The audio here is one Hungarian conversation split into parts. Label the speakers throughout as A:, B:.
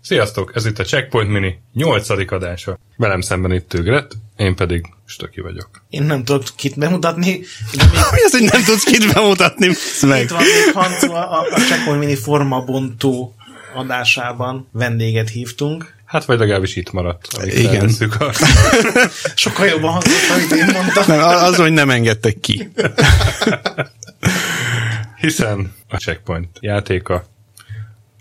A: Sziasztok, ez itt a Checkpoint Mini 8. adása. Velem szemben itt ül Gret, én pedig Stöki vagyok.
B: Én nem tudok kit bemutatni, de
C: Mi az, hogy nem tudsz kit bemutatni? Basz
B: még
C: Meg.
B: itt van még Hanco a, a Checkpoint Mini formabontó adásában vendéget hívtunk.
A: Hát vagy legalábbis itt maradt, amíg
C: Igen.
A: felvesszük a...
B: Sokkal jobban hangzott, amit én mondtam.
C: Nem, a- az, hogy nem engedtek ki.
A: Hiszen a Checkpoint játéka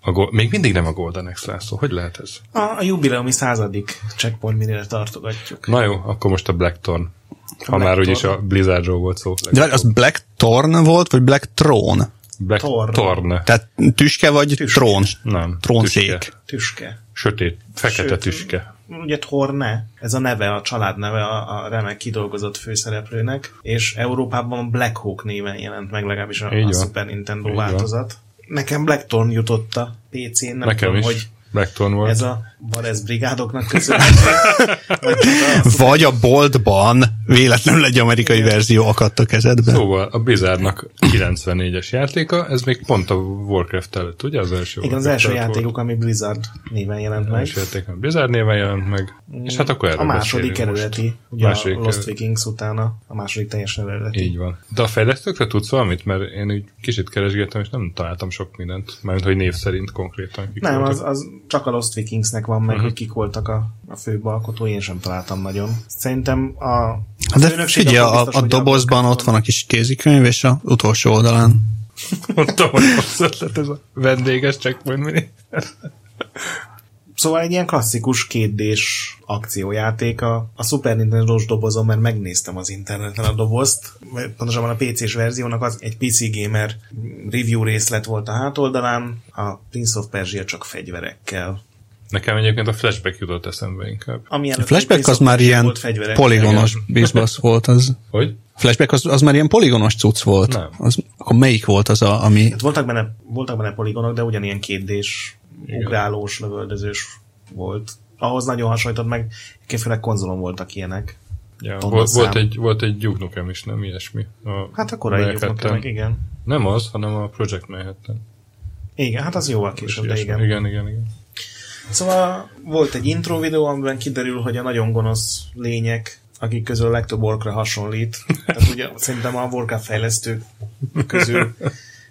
A: a go- még mindig nem a Golden Axe László. Hogy lehet ez?
B: A, a jubileumi századik Checkpoint Minire tartogatjuk.
A: Na jó, akkor most a Blackthorn. Ha már
B: Blackthorn.
A: úgyis a Blizzardról volt szó.
C: De várj, az Black Thorn volt, vagy Black Throne?
A: Black
B: Thorn.
A: Thorn.
C: Tehát tüske vagy trón?
A: Nem.
C: Trónszék.
A: Tüske.
B: Tüske.
A: Sötét, fekete
B: Sőt,
A: tüske.
B: Ugye Torne, ez a neve, a család neve a, a remek kidolgozott főszereplőnek, és Európában Black Hawk néven jelent meg legalábbis a,
A: Így
B: a
A: van.
B: Super Nintendo
A: Így van.
B: változat. Nekem Blackthorn jutott a PC-n, nem
A: Nekem
B: tudom,
A: is
B: hogy
A: Blackthorn volt.
B: ez a Barez brigádoknak köszönhető. vagy csak a
C: Vagy a boltban véletlenül egy amerikai verzió akadt a kezedbe.
A: Szóval a Blizzardnak 94-es játéka, ez még pont a Warcraft előtt, ugye az első?
B: igen, az
A: Warcraft
B: első
A: előtt volt.
B: játékok, ami Blizzard néven jelent
A: Az
B: meg.
A: első játék, a Blizzard néven jelent meg, és hát akkor erről
B: A második
A: beszélünk
B: eredeti,
A: most.
B: ugye
A: Második
B: a Lost
A: eredeti.
B: Vikings utána a második teljesen eredeti.
A: Így van. De a fejlesztőkre tudsz valamit? Mert én úgy kicsit keresgéltem, és nem találtam sok mindent. Mármint, hogy név szerint konkrétan. Kik
B: Nem,
A: voltak.
B: az, az csak hát a Mhm. Lost Vikingsnek van meg, hogy kik voltak a, a főbb alkotói, én sem találtam nagyon. Szerintem a az
C: Hát De
B: önökség
C: figyelj,
B: akkor
C: a,
B: biztos,
C: a
B: hogy
C: dobozban ott van a kis kézikönyv, és a utolsó oldalán.
A: Mondtam, hogy rossz ötlet ez a vendéges checkpoint mini.
B: Szóval egy ilyen klasszikus kétdés akciójáték a, a Super Nintendo-s dobozon, mert megnéztem az interneten a dobozt, vagy pontosabban a PC-s verziónak az egy PC Gamer review részlet volt a hátoldalán, a Prince of Persia csak fegyverekkel.
A: Nekem egyébként a flashback jutott eszembe inkább.
B: Ami előtt
C: A
B: egy
C: flashback
B: Prince
C: az
B: of
C: már
B: Persia
C: ilyen
B: volt fegyverekkel.
C: poligonos bizbasz volt az.
A: Hogy?
C: A flashback az, az már ilyen poligonos cucc volt.
A: Nem.
C: Az, akkor melyik volt az, a, ami...
B: Hát voltak benne, voltak benne poligonok, de ugyanilyen kétdés, ugrálós, lövöldözős volt. Ahhoz nagyon hasonlított meg, egyébként főleg konzolon voltak ilyenek.
A: Ja,
B: Tudom,
A: volt, volt,
B: szám.
A: egy, volt egy Duke Nukem is, nem ilyesmi. A
B: Hát a korai
A: Manhattan.
B: meg, igen.
A: Nem az, hanem a Project Manhattan.
B: Igen, hát az jóval
A: És
B: később, de
A: ilyesmi.
B: igen.
A: igen, igen, igen.
B: Szóval volt egy intro videó, amiben kiderül, hogy a nagyon gonosz lények, akik közül a legtöbb orkra hasonlít. Tehát ugye szerintem a Warcraft fejlesztők közül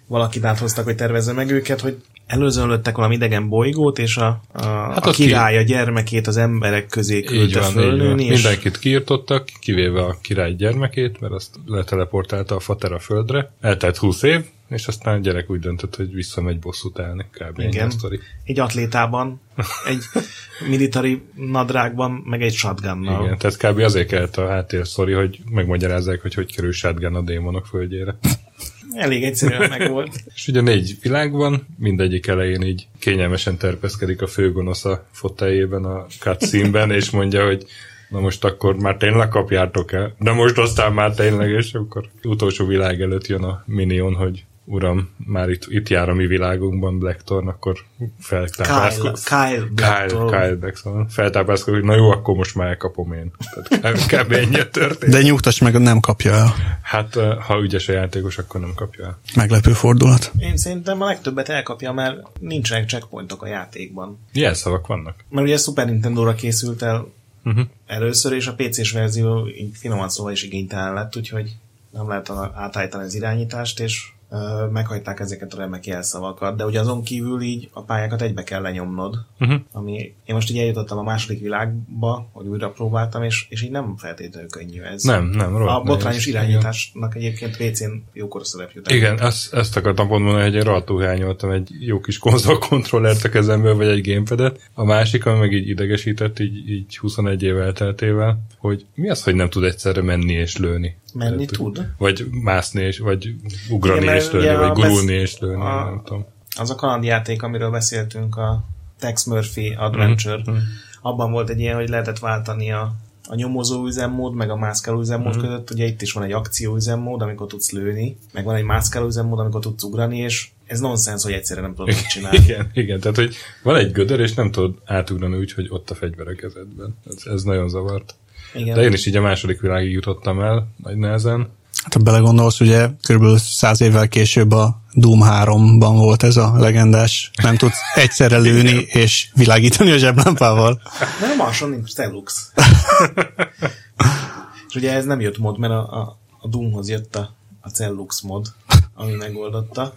B: valakit áthoztak, hogy tervezze meg őket, hogy előzön lőttek valami idegen bolygót, és a, a, hát a
A: ott ki-
B: király a gyermekét az emberek közé
A: Így
B: küldte
A: van, így van.
B: fölnőni, és
A: Mindenkit kiirtottak, kivéve a király gyermekét, mert azt leteleportálta a fater a földre. Eltelt 20 év, és aztán a gyerek úgy döntött, hogy visszamegy bosszút állni. Kb. ennyi
B: Igen.
A: a sztori.
B: egy atlétában, egy militari nadrágban, meg egy shotgunnal.
A: Igen, tehát kb. azért kellett a háttér sztori, hogy megmagyarázzák, hogy hogy kerül Shotgun a démonok földjére.
B: Elég egyszerűen megvolt.
A: És ugye négy világ van, mindegyik elején így kényelmesen terpeszkedik a főgonosz a foteljében, a cutscene-ben, és mondja, hogy na most akkor már tényleg kapjátok el, de most aztán már tényleg, és akkor utolsó világ előtt jön a Minion, hogy uram, már itt, itt jár a mi világunkban Blackthorn, akkor
B: Kyle,
A: feltápászkodik.
B: Kyle,
A: Kyle,
B: Blackthorne.
A: Kyle Blackthorn feltápászkodik, hogy na jó, akkor most már elkapom én. Tehát kb- kb. ennyi a történet.
C: De nyugtass meg, nem kapja el.
A: Hát, ha ügyes a játékos, akkor nem kapja el.
C: Meglepő fordulat.
B: Én szerintem a legtöbbet elkapja, mert nincsenek checkpointok a játékban.
A: Ilyen szavak vannak.
B: Mert ugye a Super Nintendo-ra készült el
A: Mhm.
B: uh-huh. először, és a PC-s verzió így finoman szóval is igénytelen lett, úgyhogy nem lehet a- átállítani az irányítást, és ö, meghagyták ezeket a remek jelszavakat, de ugye azon kívül így a pályákat egybe kell lenyomnod,
A: Mhm.
B: uh-huh. ami én most így eljutottam a második világba, hogy újra próbáltam, és, és így nem feltétlenül könnyű ez.
A: Nem, nem, rohadt
B: A
A: nehéz.
B: botrányos
A: Igen.
B: irányításnak egyébként PC-n jókor szerep jut.
A: Igen, ezt, ezt akartam pont mondani, hogy én rohadtul hiányoltam egy jó kis konzolkontrollert a kezemből, vagy egy gamepadet. A másik, ami meg így idegesített, így, így 21 év elteltével, hogy mi az, hogy nem tud egyszerre menni és lőni?
B: Menni
A: Tehát,
B: tud?
A: Vagy mászni, és, vagy ugrani
B: Igen,
A: Igen,
B: mert
A: és lőni,
B: ugye a
A: vagy gurulni
B: besz-
A: és lőni,
B: a-
A: a... nem tudom.
B: az a kalandjáték, amiről beszéltünk, a Tex Murphy Adventure, mm-hmm. abban volt egy ilyen, hogy lehetett váltani a, a nyomozó üzemmód, meg a mászkáló üzemmód mm-hmm. között. Ugye itt is van egy akció üzemmód, amikor tudsz lőni, meg van egy mászkáló üzemmód, amikor tudsz ugrani, és ez nonsens, hogy egyszerre nem tudod mit csinálni.
A: Igen, igen, tehát hogy van egy gödör, és nem tudod átugrani úgy, hogy ott a fegyver a kezedben. Ez, ez nagyon zavart.
B: Igen.
A: De én is így a második világig jutottam el, nagy nehezen.
C: Hát ha belegondolsz, ugye körülbelül száz évvel később a Doom 3-ban volt ez a legendás, nem tudsz egyszerre lőni és világítani a zseblámpával.
B: Mert a Marson nincs Telux. És ugye ez nem jött mod, mert a, a, a Doomhoz jött a, a Cellux mod, ami megoldotta.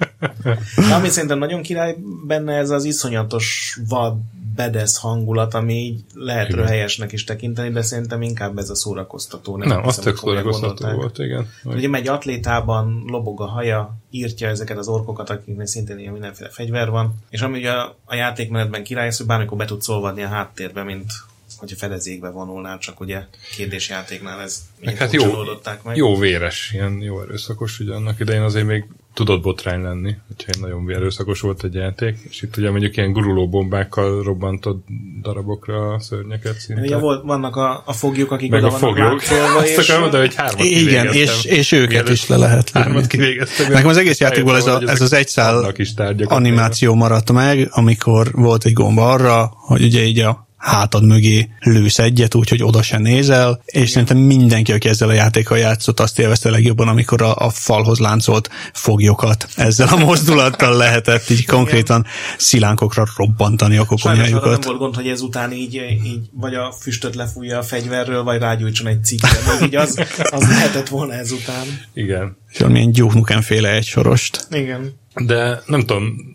B: De ami szerintem nagyon király benne ez az iszonyatos vad bedesz hangulat, ami így lehet
A: Igen.
B: röhelyesnek is tekinteni, de szerintem inkább ez a szórakoztató.
A: Nem, az
B: hiszem,
A: tök
B: hogy komolyan
A: szórakoztató
B: gondolták.
A: volt, igen.
B: Ugye megy atlétában, lobog a haja, írtja ezeket az orkokat, akiknek szintén ilyen mindenféle fegyver van. És ami ugye a, a játékmenetben király, az, hogy bármikor be tudsz olvadni a háttérbe, mint hogyha fedezékbe vonulnál, csak ugye kérdésjátéknál ez
A: Meg
B: miért
A: hát
B: úgy
A: jó,
B: oldották meg.
A: jó véres, ilyen jó erőszakos, ugye annak idején azért még tudott botrány lenni, hogyha ilyen nagyon erőszakos volt egy játék, és itt ugye mondjuk ilyen guruló bombákkal robbantod darabokra a szörnyeket szinte.
B: Ugye volt, vannak a, a foglyok, akik
A: meg
B: oda
A: a
B: vannak
A: foglyok.
B: lángolva,
A: Azt
B: és-
A: akarom mondani, hogy hármat
C: Igen,
A: kivégeztem.
C: és, és őket
A: Mielőtt
C: is le lehet lőni.
A: Hármat kivégeztem.
C: Nekem az egész játékból ez,
A: Rájöttem, hogy
C: a, ez
A: ezek
C: az egy szál
A: vannak is tárgyakat.
C: animáció maradt meg, amikor volt egy gomba arra, hogy ugye így a hátad mögé lősz egyet, úgyhogy oda se nézel, és szerintem mindenki, aki ezzel a játékkal játszott, azt élvezte legjobban, amikor a, a falhoz láncolt foglyokat ezzel a mozdulattal lehetett így konkrétan szilánkokra robbantani a
B: Sajnos arra nem
C: koponyájukat.
B: volt gond, hogy ezután így, így vagy a füstöt lefújja a fegyverről, vagy rágyújtson egy cikkre. Még így az, az lehetett volna ezután.
A: Igen.
C: És valamilyen Duke Nukem féle egysorost.
B: Igen.
A: De nem tudom,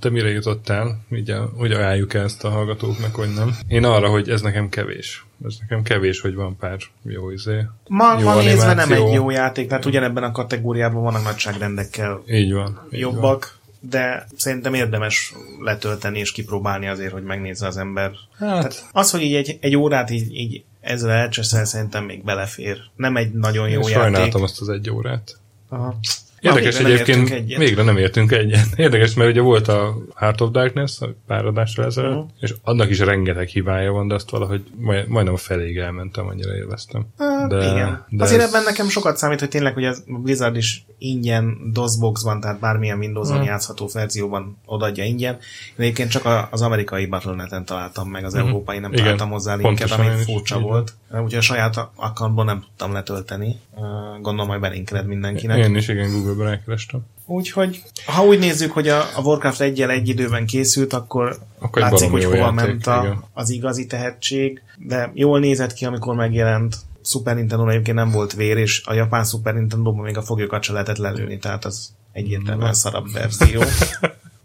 A: te mire jutottál, így a, hogy ajánljuk -e ezt a hallgatóknak, vagy nem. Én arra, hogy ez nekem kevés. Ez nekem kevés, hogy van pár jó izé.
B: Ma,
A: Jó
B: ma nézve nem
A: animáció.
B: egy jó játék, tehát ugyanebben a kategóriában vannak nagyságrendekkel
A: Így van. Így Van.
B: jobbak, de szerintem érdemes letölteni és kipróbálni azért, hogy megnézze az ember.
A: Hát.
B: Tehát az, hogy így egy, egy órát így, így ezzel elcseszel, szerintem még belefér. Nem egy nagyon jó
A: Én
B: játék.
A: sajnáltam azt az egy órát.
B: Aha.
A: Érdekes
B: Na, végre nem
A: egyébként,
B: értünk egyet.
A: végre nem értünk egyet. Érdekes, mert ugye volt a Heart of Darkness, a pár adásra ezelőtt,
B: Mhm.
A: uh-huh. és annak is rengeteg hibája van, de azt valahogy majd, majdnem a feléig elmentem, annyira élveztem.
B: De,
A: De,
B: Hát, igen.
A: de
B: Azért
A: ez-
B: ebben nekem sokat számít, hogy tényleg hogy az a Blizzard is ingyen DOS-boxban, tehát bármilyen
A: Mm.
B: Windows-on játszható verzióban odaadja ingyen. Én egyébként csak a- az amerikai Battle.net-en találtam meg, az európai nem
A: Mhm. Igen.
B: találtam hozzá linket,
A: Pontosan
B: ami
A: én is
B: furcsa
A: így van.
B: volt. Úgyhogy a saját accountból nem tudtam letölteni. Ö, Gondolom, majd belinkeled mindenkinek.
A: Én is, igen, Google-ben elkerestem.
B: Úgyhogy, ha úgy nézzük, hogy a, a Warcraft 1 egy időben készült, akkor,
A: Akkor
B: akkor
A: egy
B: látszik,
A: baromi
B: hogy
A: jó
B: hova
A: játék,
B: ment a,
A: igen.
B: az igazi tehetség, de jól nézett ki, amikor megjelent. Super nintendo egyébként nem volt vér, és a japán Super Nintendo-ban még a foglyokat se lehetett lelőni, tehát az
A: Mm.
B: egyértelműen szarabb verzió.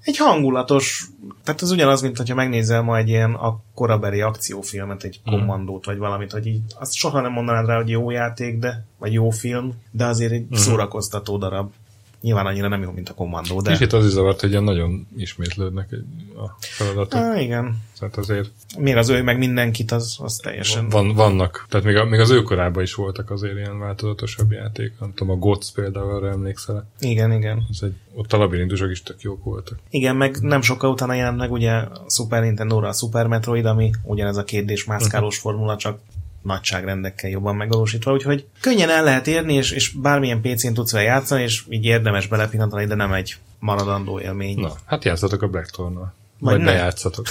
B: Egy hangulatos, tehát ez ugyanaz, mint hogyha megnézel ma egy ilyen a korabeli akciófilmet, egy
A: Mm.
B: kommandót, vagy valamit, hogy így azt soha nem mondanád rá, hogy jó játék, de, vagy jó film, de azért
A: Mhm.
B: egy szórakoztató darab. Nyilván annyira nem jó, mint a kommandó, de...
A: Kicsit az is zavart, hogy ilyen nagyon ismétlődnek egy- a feladatok.
B: Á, igen.
A: Tehát azért
B: Miért az ő meg mindenkit, az, az teljesen...
A: van, vannak, tehát még, a, még az ő korában is voltak azért ilyen változatosabb játék. Nem tudom, a Gots például arra emlékszel.
B: Igen, igen.
A: Ez egy, ott a labirintusok is tök jók voltak.
B: Igen, meg nem sokkal utána jelent meg ugye a Super Nintendo-ra a Super Metroid, ami ugyanez a kérdés mászkálós
A: Mhm.
B: formula, csak nagyságrendekkel jobban megvalósítva, úgyhogy könnyen el lehet érni, és, és bármilyen PC-n tudsz vele játszani, és így érdemes belepillantani, de nem egy maradandó élmény.
A: Na, hát játszatok a Blackthorn-nal. Vagy,
B: Vagy
A: Vagy ne
B: ne.
A: játszatok.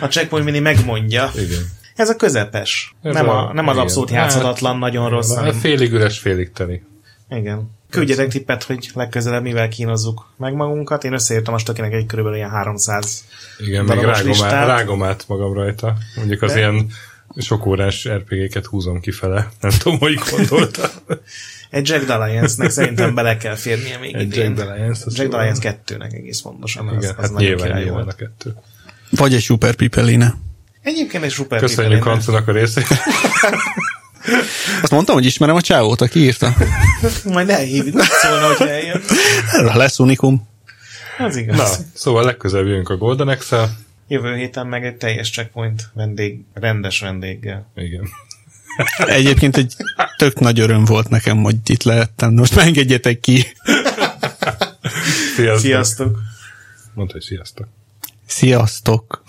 B: A Checkpoint Mini megmondja.
A: Igen.
B: Ez a közepes.
A: Ez
B: nem,
A: a-
B: a, nem az
A: igen.
B: abszolút játszhatatlan, nagyon rossz,
A: Hát
B: hanem
A: félig üres, félig teli.
B: Igen. Küldjetek tippet, hogy legközelebb mivel kínozzuk meg magunkat. Én összeírtam a stökinek egy körülbelül ilyen 300.
A: Igen, még
B: Darabos
A: rágom át,
B: listát.
A: rágom át magam rajta. Mondjuk az
B: De-
A: ilyen sok órás RPG-ket húzom kifele. Nem tudom, hogy gondoltam.
B: Egy Jack Dalliance-nek szerintem bele kell férnie még
A: Egy
B: idén.
A: Jack Dalliance, az
B: Jack
A: jó.
B: Dalliance 2-nek egész pontosan.
A: Igen,
B: az, az
A: hát
B: nagyon
A: nyilván,
B: király
A: nyilván
B: volt. Hát
A: a kettő.
C: Vagy egy Super Pipeline.
B: Egyébként egy szuper
A: Köszönjük
B: tippelén.
A: Antonak a részét.
C: Azt mondtam, hogy ismerem a csávót, aki írta.
B: Majd elhívjuk, szólna, hogy eljön.
C: Erre lesz unikum.
B: Az igaz.
A: Na, szóval legközelebb jövünk a Golden Excel.
B: Jövő héten meg egy teljes checkpoint vendég, rendes vendéggel.
A: Igen.
C: Egyébként egy tök nagy öröm volt nekem, hogy itt lehettem. Most megengedjetek ki.
A: Sziasztok. Sziasztok.
B: Sziasztok!
A: Mondta, hogy sziasztok.
C: Sziasztok!